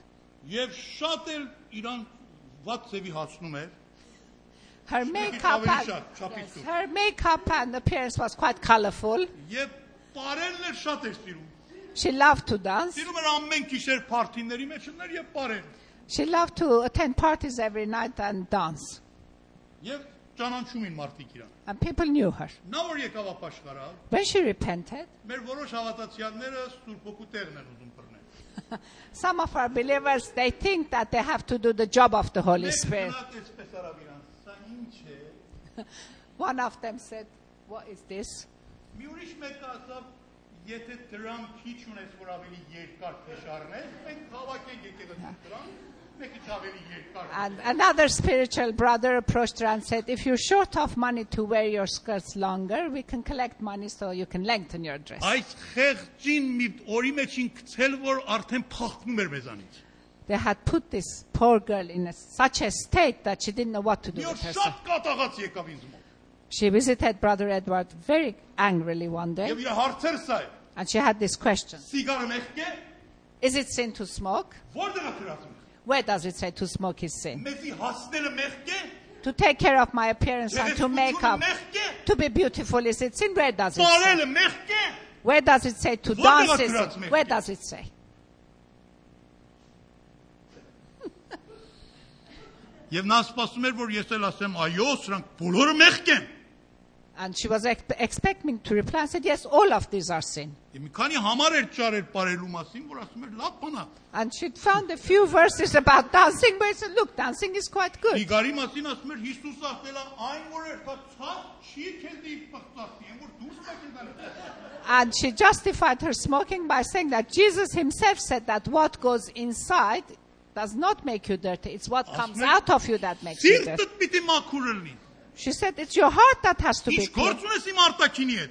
A: եւ շատ էլ իրան ված ծեվի հացնում էր։
B: Her makeup, and,
A: ավելի շատ, չափից
B: Yes,
A: դուրս։
B: her makeup and appearance was quite colorful.
A: Եվ parelն էլ շատ էր սիրում։
B: She loved to dance.
A: Սիրում էր ամեն գիշեր party-ների մեջ ըններ եւ parel։
B: She loved to attend parties every night and dance.
A: Եվ ճանաչում էին մարդիկ իրան։
B: And people knew her.
A: Նա որ եկավ ապաշխարա,
B: When she repented,
A: մեր որոշ հավատացյալները Սուրբ Հոգու տեղն են ուզում բռնել։
B: some of our believers, they think that they have to do the job of the Holy
A: Մեկ
B: Spirit.
A: գնաց այսպես արավ իրան, սա ի՞նչ է։
B: One of them said, What is this?
A: Մի ուրիշ մեկը ասավ, եթե դրամ քիչ ունես, որ ավելի երկար քշարնես, մենք հավաքենք եկեղեցու դրամ, մեկը չ ավելի երկար։
B: And another spiritual brother approached her and said, If you're short of money to wear your skirts longer, we can collect money so you can lengthen your dress.
A: Այս խեղճին մի օրի մեջին գցել, որ արդեն փախնում էր մեզանից։
B: They had put this poor girl in a, such a state that she didn't know what to do
A: Մի
B: with
A: օր
B: herself.
A: շատ կատաղած եկավ ինձ մոտ։
B: She visited Brother Edward very angrily one day,
A: Եվ իր հարցեր սա է.
B: and she had this question
A: Սիգարը մեղք է,
B: Is it sin to smoke?
A: որտեղ է դրացում։
B: Where does it say to smoke is sin?
A: Մեզի հասնելը մեղք է,
B: To take care of my appearance and to make
A: գեղեցկությունը
B: up.
A: մեղք է,
B: To be beautiful is it sin? Where does it say?
A: բարելը մեղք է։
B: Where does it say to
A: What
B: dance?
A: about
B: Is
A: drugs,
B: it?
A: maybe?
B: Where does it say?
A: Եվ նա սպասում էր, որ ես էլ ասեմ, այո, սրանք բոլորը մեղք են։
B: And she was ex- expecting to reply and said, Yes, all of these are sin.
A: Եվ մի քանի համար էր ճարել parelu մասին, որ ասում էր լավ բան է։
B: And she'd found a few verses about dancing, but she said, Look, dancing is quite good.
A: Իգարի մասին ասում էր Հիսուս ասել է այն որ էր դա ցած չի քեզի պղծացի, այն որ դուրս բա քեզանից։
B: And she justified her smoking by saying that Jesus himself said that what goes inside does not make you dirty. It's what comes
A: Aslında-
B: out of you that makes you dirty.
A: Սիրտը պիտի մաքուր լինի։
B: She said, It's your heart that has to
A: Ինչ
B: be clean.
A: գործ ունես իմ արտակինի հետ։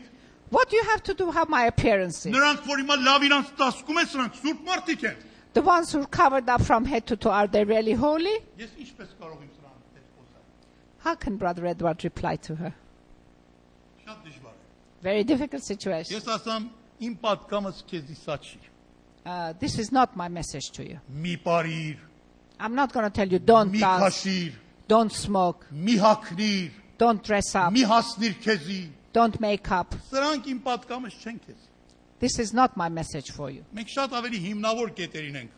B: What you have to do, how my appearance is.
A: Նրանք որ հիմա լավ իրանց տասկում են, սրանք սուրբ մարդիկ են։
B: The ones who are covered up from head to toe, are they really holy?
A: Ես ինչպես կարող եմ սրանք հետ խոսալ։
B: How can Brother Edward reply to her?
A: Շատ դժվար է։
B: Very difficult situation.
A: Ես ասամ իմ պատկամս քեզի սա չի։
B: Uh, this is not my message to you.
A: Մի բարիր,
B: I'm not going to tell you don't
A: մի
B: dance,
A: քաշիր,
B: don't smoke,
A: մի հակնիր,
B: don't dress up,
A: մի հասնիր քեզի։
B: don't make up.
A: Սրանք իմ պատկամս չեն քեզ։
B: This is not my message for you.
A: Մենք շատ ավելի հիմնավոր կետերին ենք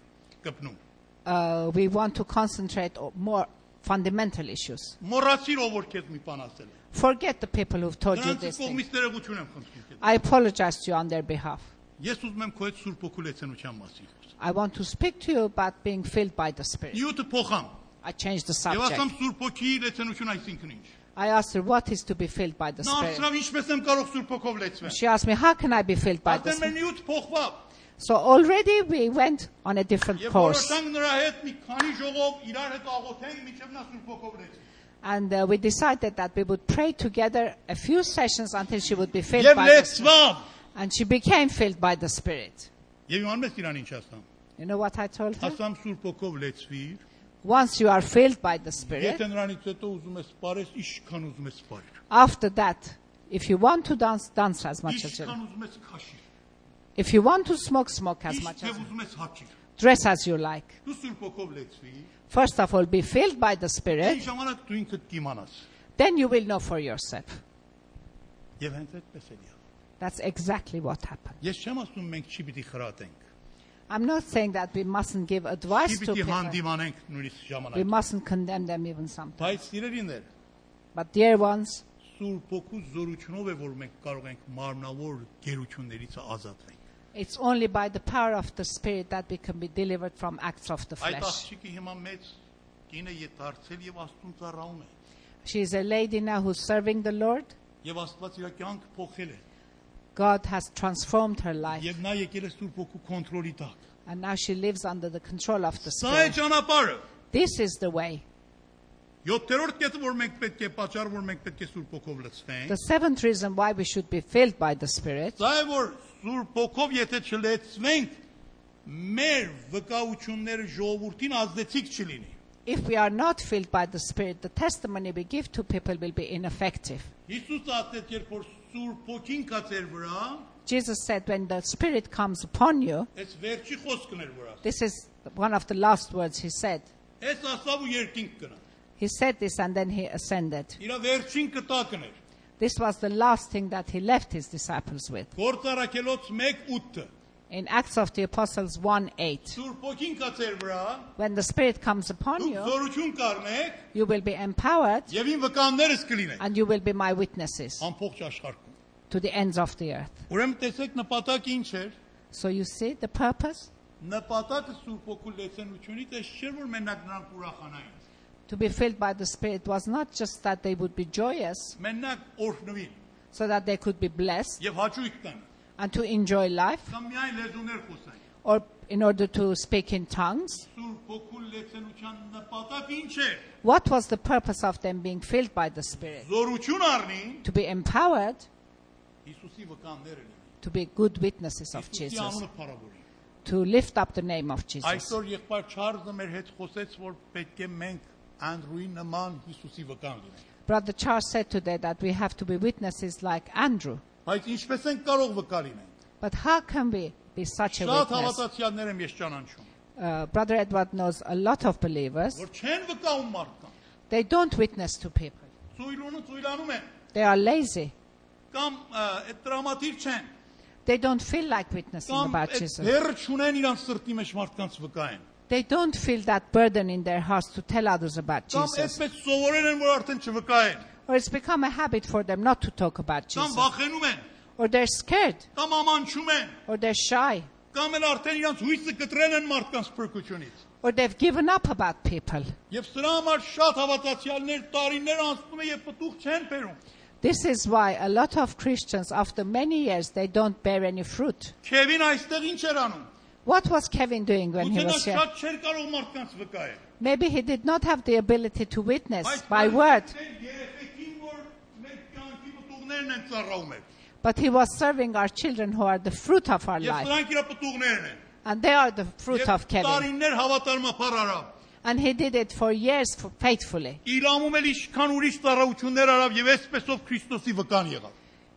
A: կպնում։
B: Uh, we want to concentrate on more fundamental issues.
A: Մոռացիր ով որ քեզ մի բան ասել է։
B: Forget the people who've told you
A: Նրանց
B: this thing.
A: կողմից ներողություն եմ խնդրում քեզ։
B: I apologize to you on their behalf.
A: Ես ուզում եմ քո հետ Սուրբ Օգու լեցնության մասին խոսել։
B: I want to speak to you about being filled by the Spirit.
A: Նյութը փոխամ։
B: I changed the
A: Եվ
B: subject.
A: ասամ Սուրբ Օգի լեցնություն այսինքն ինչ։
B: I asked her, What is to be filled by the
A: Նա
B: Spirit?
A: ասավ ինչպես եմ կարող Սուրբ Օգով լեցվել։
B: She asked me, How can I be filled by the
A: Արդեն մեր
B: Spirit?
A: նյութ փոխվավ։
B: So already we went on a different
A: Եվ
B: course.
A: որոշանք նրա հետ մի քանի ժողով իրար հետ աղոթենք, մինչև նա Սուրբ Օգով լեցվի։
B: And uh, we decided that we would pray together a few sessions until she would be filled
A: Եվ
B: by the Spirit.
A: լեցվավ։
B: And she became filled by the Spirit.
A: Եվ իմանում ես իրան ինչ ասամ։
B: You know what I told her?
A: Ասամ Սուրբ Օգով լեցվիր։
B: Once you are filled by the Spirit,
A: Եթե նրանից հետո ուզում ես սպարես, ինչքան ուզում ես սպարիր։
B: after that, if you want to dance, dance as much as you
A: Ինչքան ուզում ես քաշիր։
B: If you want to smoke, smoke as much as
A: Ինչքան
B: you
A: ուզում ես հաճիր։
B: Dress as you like.
A: Դու Սուրբ Օգով լեցվի։
B: First of all, be filled by the
A: Այն
B: Spirit.
A: ժամանակ դու ինքդ կիմանաս։
B: Then you will know for yourself.
A: Եվ հենց այդպես էլ եղավ։
B: That's exactly what happened.
A: Ես չեմ ասում մենք չի պիտի խրատենք։
B: I'm not saying that we mustn't give
A: Չի
B: advice to
A: պիտի
B: people.
A: հանդիմանենք նույնիսկ
B: We
A: ժամանակ։
B: mustn't condemn them even sometimes.
A: Բայց սիրելիներ,
B: But dear ones,
A: Սուրբ Օգու զորությունով է որ մենք կարող ենք մարմնավոր գերություններից ազատվել։
B: it's only by the power of the Spirit that we can be delivered from acts of the
A: Այդ
B: flesh.
A: աղջիկը հիմա մեծ կինը է դարձել եւ Աստուն ծառայում է։
B: She is a lady now who's serving the Lord.
A: Եվ Աստված իր կյանքը փոխել է։
B: God has transformed her life.
A: Եվ նա եկել է Սուրբ Օգու կոնտրոլի տակ։
B: And now she lives under the control of the
A: Սա է
B: Spirit.
A: ճանապարհը։
B: This is the way.
A: Յոթերորդ կետը որ մենք պետք է պատճառ որ մենք պետք է Սուրբ Օգով լցվենք։
B: The seventh reason why we should be filled by the Spirit
A: Սա է որ Սուրբ Օգով եթե չլեցվենք մեր վկայությունները ժողովրդին ազդեցիկ չլինի։
B: If we are not filled by the Spirit, the testimony we give to people will be ineffective.
A: Հիսուսը ասեց, երբ որ Սուրբ Օքին կաց էր վրա,
B: Jesus said, When the Spirit comes upon you,
A: այս վերջի խոսքն էր վրա։
B: this is one of the last words he said.
A: Այս ասավ ու երկինք կնա։
B: He said this and then he ascended.
A: Իր վերջին կտակն էր։
B: This was the last thing that he left his disciples with.
A: Գործարակելոց 1:8-ը։
B: In Acts of the Apostles 1 8,
A: Սուրբ Օքին կաց էր վրա,
B: when the Spirit comes upon
A: դուք
B: you,
A: զորություն կառնեք
B: you will be empowered
A: եւ իմ վկաններս կլինեք
B: and you will be my witnesses
A: ամբողջ աշխարհում։
B: to the ends of the earth.
A: Ուրեմն տեսեք նպատակը ինչ էր։
B: So you see the purpose?
A: Նպատակը Սուրբ Օքու լեցնությունից էս չէր որ մենակ նրանք ուրախանային։
B: To be filled by the Spirit was not just that they would be joyous
A: Մենակ օրհնվին
B: so that they could be blessed
A: եւ հաճույք տան։
B: and to enjoy life
A: Կամ միայն լեզուներ խոսային։
B: or in order to speak in tongues.
A: Սուրբ Օքու լեցնության նպատակը ինչ է։
B: What was the purpose of them being filled by the Spirit?
A: Զորություն առնին
B: To be empowered
A: Հիսուսի վկանները լինեն։
B: to be good witnesses of
A: Հիսուսի
B: Jesus,
A: անունը փառավորի։
B: to lift up the name of Jesus.
A: Այսօր եղբայր Չարլզը մեր հետ խոսեց, որ պետք է մենք Անդրուի նման Հիսուսի վկան լինենք։
B: Brother Charles said today that we have to be witnesses like Andrew.
A: Բայց ինչպես են կարող վկա լինենք։
B: But how can we be such a
A: Շատ
B: witness?
A: հավատացյալներ եմ ես ճանաչում,
B: Uh, Brother Edward knows a lot of believers.
A: որ չեն վկայում մարդկան։
B: They don't witness to people.
A: Ծույլունը ծույլանում են
B: They are lazy.
A: կամ ա, այդ դրամատիկ չեն
B: They don't feel like witnessing
A: կամ
B: about
A: այդ
B: Jesus.
A: դեր չունեն իրանց սրտի մեջ մարդկանց վկայեն։
B: They don't feel that burden in their hearts to tell others about
A: Կամ
B: Jesus.
A: այսպես սովորել են, որ արդեն չվկայեն։
B: Or it's become a habit for them not to talk about
A: Կամ
B: Jesus.
A: վախենում են,
B: Or they're scared.
A: կամ ամանչում են,
B: Or they're shy.
A: կամ էլ արդեն իրանց հույսը կտրել են մարդկանց փրկությունից։
B: Or they've given up about people.
A: Եվ սրա համար շատ հավատացյալներ տարիներ անցնում է եւ պտուղ չեն բերում։
B: This is why a lot of Christians, after many years, they don't bear any fruit.
A: Քևին այստեղ ինչ էր անում։
B: What was Kevin doing when he
A: Ուտենա
B: was here?
A: շատ չէր կարող մարդկանց վկայել։
B: Maybe he did not have the ability to witness by word,
A: Երեխեքին որ մեր կյանքի պտուղներն են ծառայում էր։
B: but he was serving our children who are the fruit of our
A: Եվ
B: life.
A: սրանք իր պտուղներն են։
B: And they are the fruit
A: Եվ
B: of Kevin.
A: Տարիներ հավատարմապար արավ։
B: And he did it for years for faithfully.
A: Իլամում էլ ինչքան ուրիշ ծառայություններ արավ եւ այսպեսով Քրիստոսի վկան եղավ։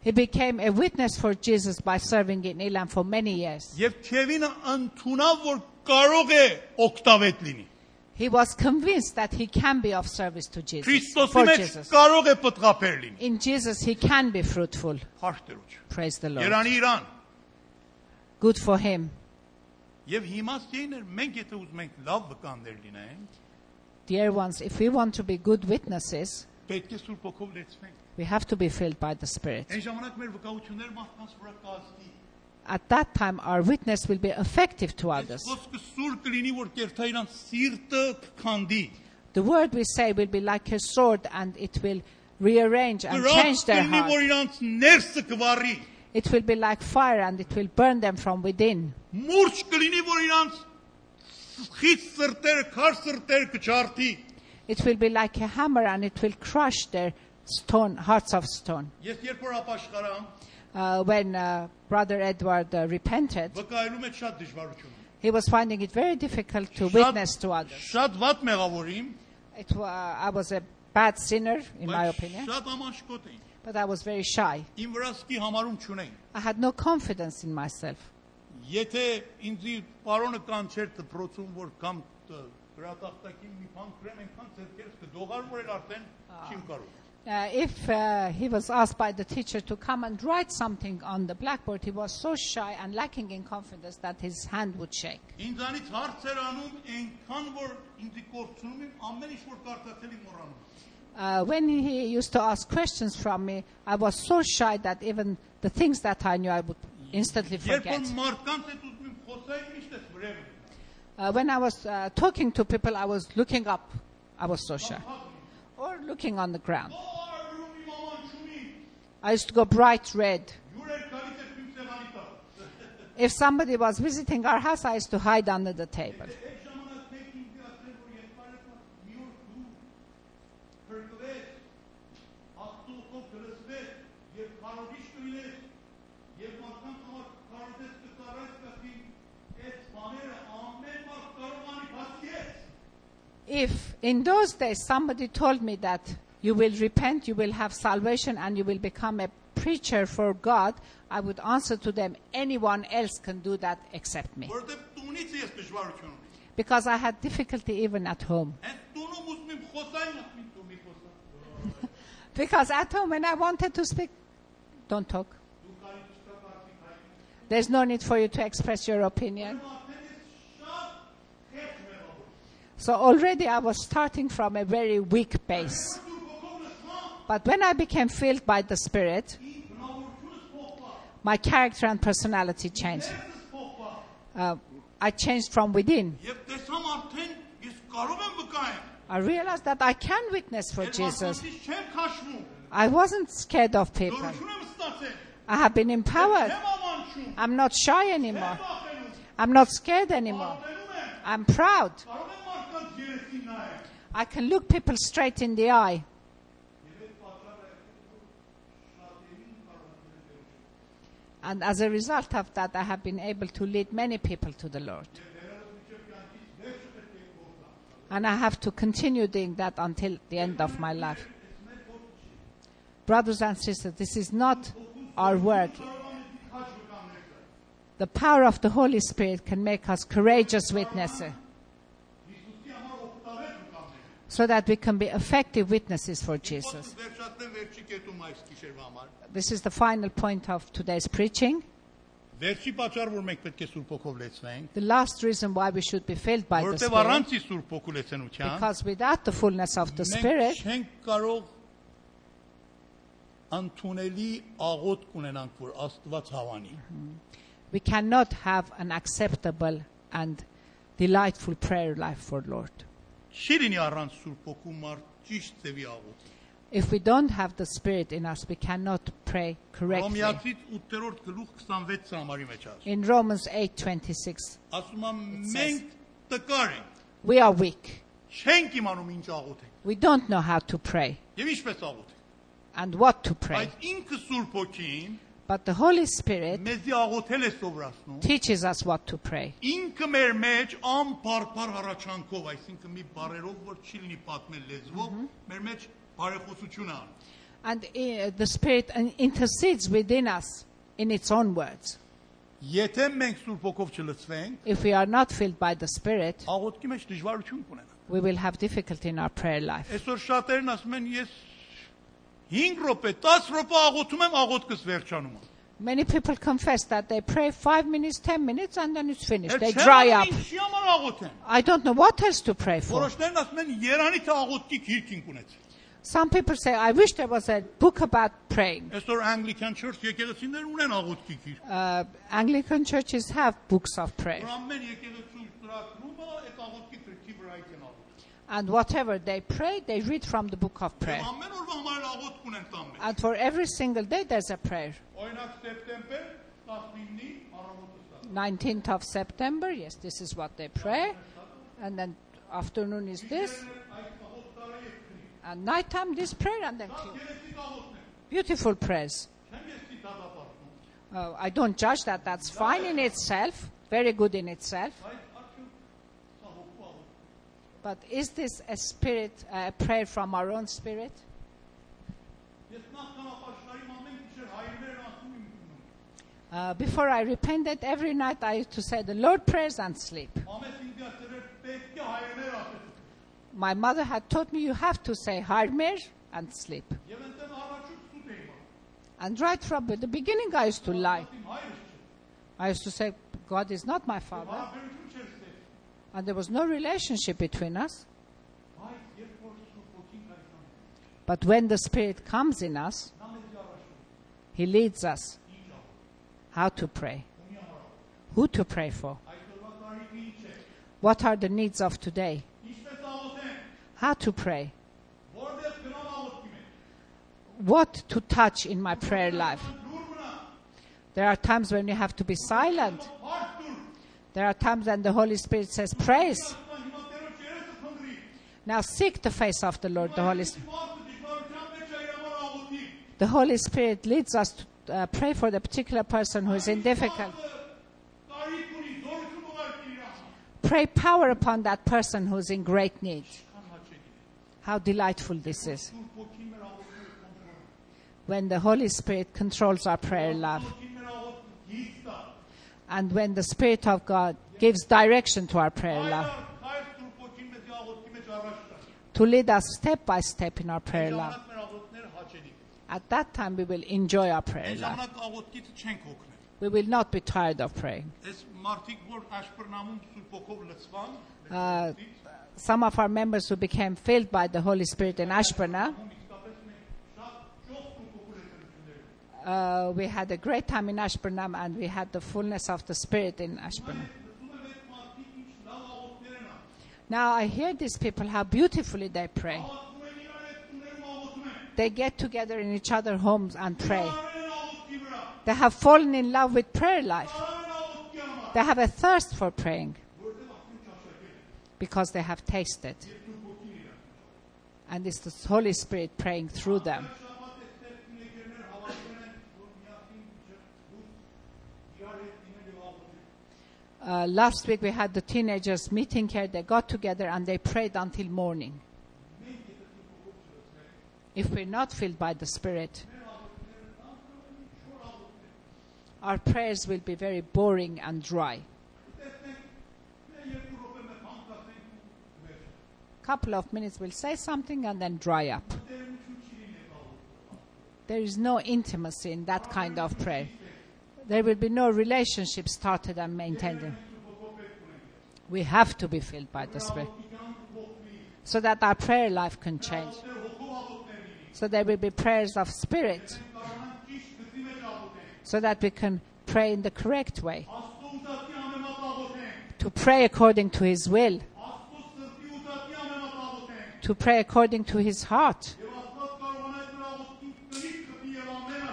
B: He became a witness for Jesus by serving in Elam for many years.
A: Եվ Քևինը ընդունավ որ կարող է օգտավետ լինի։
B: He was convinced that he can be of service to Jesus.
A: Քրիստոսի
B: For
A: մեջ
B: Jesus.
A: կարող է պատղապեր լինի։
B: In Jesus, he can be fruitful.
A: Հարցերոջ։
B: Praise the Lord.
A: Երանի Իրան։
B: Good for him.
A: Եվ հիմա ցեյներ մենք եթե ուզում ենք լավ վկաններ լինենք,
B: Dear ones, if we want to be good witnesses,
A: պետք է Սուրբ Օքով լեցվենք։
B: we have to be filled by the Spirit.
A: Այն ժամանակ մեր վկայությունները մարդկանց վրա կազդի։
B: At that time, our witness will be effective to
A: Այս
B: others.
A: խոսքը սուր կլինի, որ կերտա իրանց սիրտը քանդի։
B: The word we say will be like a sword and it will rearrange and change their
A: կլինի,
B: heart.
A: որ իրանց ներսը կվառի։
B: It will be like fire and it will burn them from within.
A: Մուրջ կլինի, որ իրանց խիտ սրտերը, քար սրտերը կչարտի։
B: It will be like a hammer and it will crush their stone hearts of stone.
A: Ես երբ որ ապաշխարամ,
B: Uh, when uh, Brother Edward uh, repented,
A: վկայելում եմ շատ դժվարություն։ ունեմ։
B: he was finding it very difficult to
A: Շատ-
B: witness to others.
A: Շատ ված մեղավորիմ,
B: It, wa- I was a bad sinner, in my
A: բայց
B: opinion.
A: շատ ամանշկոտ էին։
B: But I was very shy.
A: Իմ վրա սկի համարում չունեին։
B: I had no confidence in myself.
A: Եթե ինձ իր պարոնը կանչեր դպրոցում որ կամ տ- գրատախտակին մի բան գրեմ, այնքան ձերքերս կդողարում որ էլ արդեն չիմ կարող։
B: Uh, if uh, he was asked by the teacher to come and write something on the blackboard, he was so shy and lacking in confidence that his hand would shake.
A: Ինձանից հարցեր անում այնքան որ ինձ կորցնում եմ ամեն ինչ որ կարդացել եմ մոռանում։ եմ։
B: Uh, when he used to ask questions from me, I was so shy that even the things that I knew I would instantly
A: Երբ
B: forget.
A: որ մարդկանց հետ ուզում եմ խոսել, միշտ էս վրեմ։ եմ,
B: Uh, when I was uh, talking to people, I was looking up. I was so shy. Or looking on the ground.
A: «Ա, արյուն Հա, իմ ամանչունի,
B: I used to go bright red.
A: յուր էր գալիս էր իմ սեղանի տակ»։
B: If somebody was visiting our house, I used to hide under the table.
A: Այդ ժամանակ մեկ ինձ ասել որ եղբայրդ մի օր դու քրկվես ախտուկով գրծվես եւ քարոզիչ կլինես եւ մարդկանց համար քարոզես կծառայես կասի այդ բաները ամեն մարդ կարող անի բացի ես
B: If in those days somebody told me that you will repent, you will have salvation, and you will become a preacher for God, I would answer to them, anyone else can do that except me.
A: Որտեւ տունից ես դժվարություն ունեմ։
B: Because I had difficulty even at home.
A: Հենց տունում ուզում եմ խոսային ուզում եմ դու մի խոսա։
B: Because at home, when I wanted to speak, don't talk.
A: Դու կարի չկա բացի քայլ։
B: There's no need for you to express your opinion.
A: Արդեն ես շատ քեջ մեմ ապրում։
B: So already I was starting from a very weak base.
A: Դու փոխովս մա
B: But when I became filled by the Spirit,
A: ի բնավորությունս փոխվա։
B: my character and personality changed.
A: Ես փոխվա։
B: Uh, I changed from within.
A: Եվ տեսամ արդեն ես կարող եմ վկայեմ։
B: I realized that I can witness for
A: Ես
B: Jesus.
A: Աստծուց չեմ քաշվում։
B: I wasn't scared of people.
A: Դորություն եմ ստացել։
B: I have been empowered.
A: Չեմ ավանչում։
B: I'm not shy anymore.
A: Չեմ վախենում։
B: I'm not scared anymore.
A: Ապրում եմ։
B: I'm proud.
A: Կարող եմ մարդկանց երեսին նայել։
B: I can look people straight in the eye.
A: Եվ այդ պատճառը շատերին կարող եմ
B: And as a result of that, I have been able to lead many people to the Lord. And I have to continue doing that until the end of my life. Brothers and sisters, this is not our work. The power of the Holy Spirit can make us courageous witnesses so that we can be effective witnesses for Jesus.
A: Ես վերջատեմ վերջի կետում այս գիշերվա համար։
B: This is the final point of today's preaching.
A: Վերջի պատճառը որ մենք պետք է Սուրբ Հոգով լեցնենք,
B: The last reason why we should be filled by the
A: որտեղ
B: Spirit,
A: առանց իր Սուրբ Հոգու լեցնության
B: because without the fullness of the Spirit,
A: մենք չենք կարող անտունելի աղոթք ունենանք, որ Աստված հավանի։
B: we cannot have an acceptable and delightful prayer life for Lord.
A: Չի լինի առանց Սուրբ Հոգու մարդ ճիշտ ձևի աղոթք։
B: If we don't have the Spirit in us, we cannot pray correctly.
A: Հոմիացից 8-րդ գլուխ 26 համարի մեջ ասում։
B: In Romans 8:26,
A: Ասում եմ
B: says-
A: մենք տկար ենք,
B: we are weak.
A: չենք իմանում ինչ աղոթենք
B: We don't know how to pray
A: եւ ինչպես աղոթենք։
B: and what to pray.
A: Բայց ինքը Սուրբ Հոգին
B: But the Holy Spirit
A: մեզի աղոթել է սովորացնում։
B: teaches us what to pray.
A: Ինքը մեր մեջ անփարփար հառաչանքով, այսինքն մի բարերով, որ չի լինի պատմել
B: Mhm.
A: լեզվով, մեր մեջ բարեխոսություն ա։ անում։
B: And uh, the Spirit uh, intercedes within us in its own words.
A: Եթե մենք Սուրբ Հոգով չլցվենք,
B: If we are not filled by the Spirit,
A: աղոթքի մեջ դժվարություն կունենանք։
B: we will have difficulty in our prayer life.
A: Այսօր շատերն ասում են, ես 5 րոպե, 10 րոպե աղոթում եմ, աղոթքս վերջանում է։
B: Many people confess that they pray five minutes, ten minutes, and then it's finished. They
A: Էլ
B: dry up.
A: Ինչի համար աղոթեն։
B: I don't know what else to pray for.
A: Որոշներն ասում են, Երանի թե աղոթքի քիրքին կունեցել։
B: Some people say, I wish there was a book about praying.
A: Այսօր Անգլիկյան Church եկեղեցիներն ունեն աղոթքի քիրք։
B: Uh, Anglican churches have books of prayer,
A: Որ ամեն եկեղեցու ծրագրումը այդ աղոթքի քիրքի վրա է կնալու։
B: and whatever they pray, they read from the book of prayer.
A: Եվ ամեն օրվա համար աղոթք ունենք տամբել։
B: And for every single day, there's a prayer.
A: Օրինակ սեպտեմբեր 19-ի առավոտը։
B: 19th of September, yes, this is what they pray, and then afternoon is this,
A: Այս աղոթքարը ես քնի։
B: and nighttime this prayer, and then clean.
A: Երեսի աղոթն է։
B: beautiful prayers.
A: Չեմ ես դի դադապարտում։
B: Uh, I don't judge that. That's fine in itself, very good in itself.
A: Բայց արդյոք սա հոգու աղոթք։
B: But is this a spirit, uh, a prayer from our own spirit?
A: Ես նախքան ապաշխարիմ ամեն գիշեր հայրներն ասում իմ գնում։
B: Uh, before I repented, every night I used to say the Lord prayers and sleep.
A: Ամեն ինձ ասել պետք է հայրներ ասեն։
B: My mother had taught me you have to say Harmer and sleep.
A: Եվ ընդ առաջուց սուտ էի մա։
B: And right from the beginning, I used to lie.
A: Իմ հայրս չէ։
B: I used to say, God is not my father.
A: Հարաբերություն չէր ստեղծել։
B: And there was no relationship between us.
A: Բայց երբ որ Սուրբ Օքին կայքան,
B: But when the Spirit comes in us,
A: նա մեզ առաջում
B: He leads us
A: ինչ աղոթք։
B: how to pray,
A: Ումի համար աղոթք։
B: who to pray for,
A: Այս օրվա տարիքը ինչ է։
B: what are the needs of today,
A: Ինչպես աղոթենք։
B: how to pray,
A: Որտեղ գնամ աղոթքի մեջ։
B: what to touch in my prayer life.
A: Լուր մնա,
B: There are times when you have to be silent.
A: հարց դուր։
B: There are times when the Holy Spirit says, Praise.
A: Ասում եմ հիմա Տերոջ երեսը փնդրի։
B: Now seek the face of the Lord. The Holy,
A: Մարդը դժվարության մեջ է իր համար աղոթի։
B: the Holy Spirit leads us to uh, pray for the դե particular person who is in difficulty.
A: Կարիք ունի զորություն ուղարկի իր համար։
B: pray power upon that person who's in great need.
A: Քան հաճելի։
B: How delightful this is
A: Սուրբ ոգին մեր աղոթքը կոնտրոլ։
B: when the Holy Spirit controls our prayer life
A: Ոգին մեր աղոթքը հիստա։
B: and when the Spirit of God gives direction to our prayer
A: Այլ
B: life
A: արքայր Սուրբ ոգին մեզ աղոթքի մեջ առաջ տա։
B: to lead us step by step in our prayer
A: Այն
B: life.
A: ժամանակ մեր աղոթքները հաճելի։ են։
B: At that time, we will enjoy our prayer
A: Այն
B: life.
A: ժամանակ աղոթքից չենք օգնել։
B: We will not be tired of praying.
A: Այս մարդիկ, որ աշպրնամում Սուրբ ոգով լցվան,
B: Uh, some of our members who became filled by the Holy Spirit in Ashburna,
A: ում իսկապես մենք շատ ճոխ Սուրբ ոգու լցնություններ։
B: uh, we had a great time in Ashburnham and we had the fullness of the Spirit in Ashburnham.
A: Մենք լսում ենք այդ մարդիկ ինչ լավ աղոթքներ են անում։
B: Now I hear these people how beautifully they pray.
A: Աղոթում են իրար այդ տներում աղոթում են։
B: They get together in each other's homes and pray.
A: Արել են աղոթքի վրա։
B: They have fallen in love with prayer life.
A: Արել են աղոթքի համար։
B: They have a thirst for praying
A: որտեղ արդեն ճաշակել է
B: because they have tasted.
A: երկու ոգին իրար։
B: And it's the Holy Spirit praying through them.
A: Շաբաթ է ստեղծունակերներ հավաքվել են, որ միասին ճշտում իրար հետ դիմել և աղոթել։
B: Uh, last week we had the teenagers meeting here. They got together and they prayed until morning. If we're not filled by the Spirit, our prayers will be very boring and dry.
A: Մենք երկու րոպե մեր հանգստենք ու վերջ։
B: Couple of minutes will say something and then dry up.
A: Տերություն չի լինել աղոթքը։
B: There is no intimacy in that kind of prayer. There will be no relationship started and maintained. We have to be filled by the Spirit so that our prayer life can change. So there will be prayers of Spirit
A: Կարողանանք ճիշտ գծի մեջ աղոթենք։
B: so that we can pray in the correct way,
A: Աստծո ուզածի ամենապ աղոթենք։
B: to pray according to His will,
A: Աստծո սրտի ուզածի ամենապ աղոթենք։
B: to pray according to His heart,
A: Եվ Աստված կարողանա այդ մեր աղոթքի կնիկ կպի և ամենը։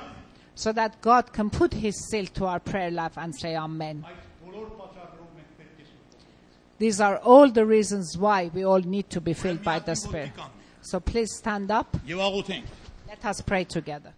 B: so that God can put His seal to our prayer life and say Amen.
A: Այս բոլոր պատճառներով մենք պետք է սուրբ
B: These are all the reasons why we all need to be filled by the Spirit. So please stand up.
A: Եվ աղոթենք։
B: Let us pray together.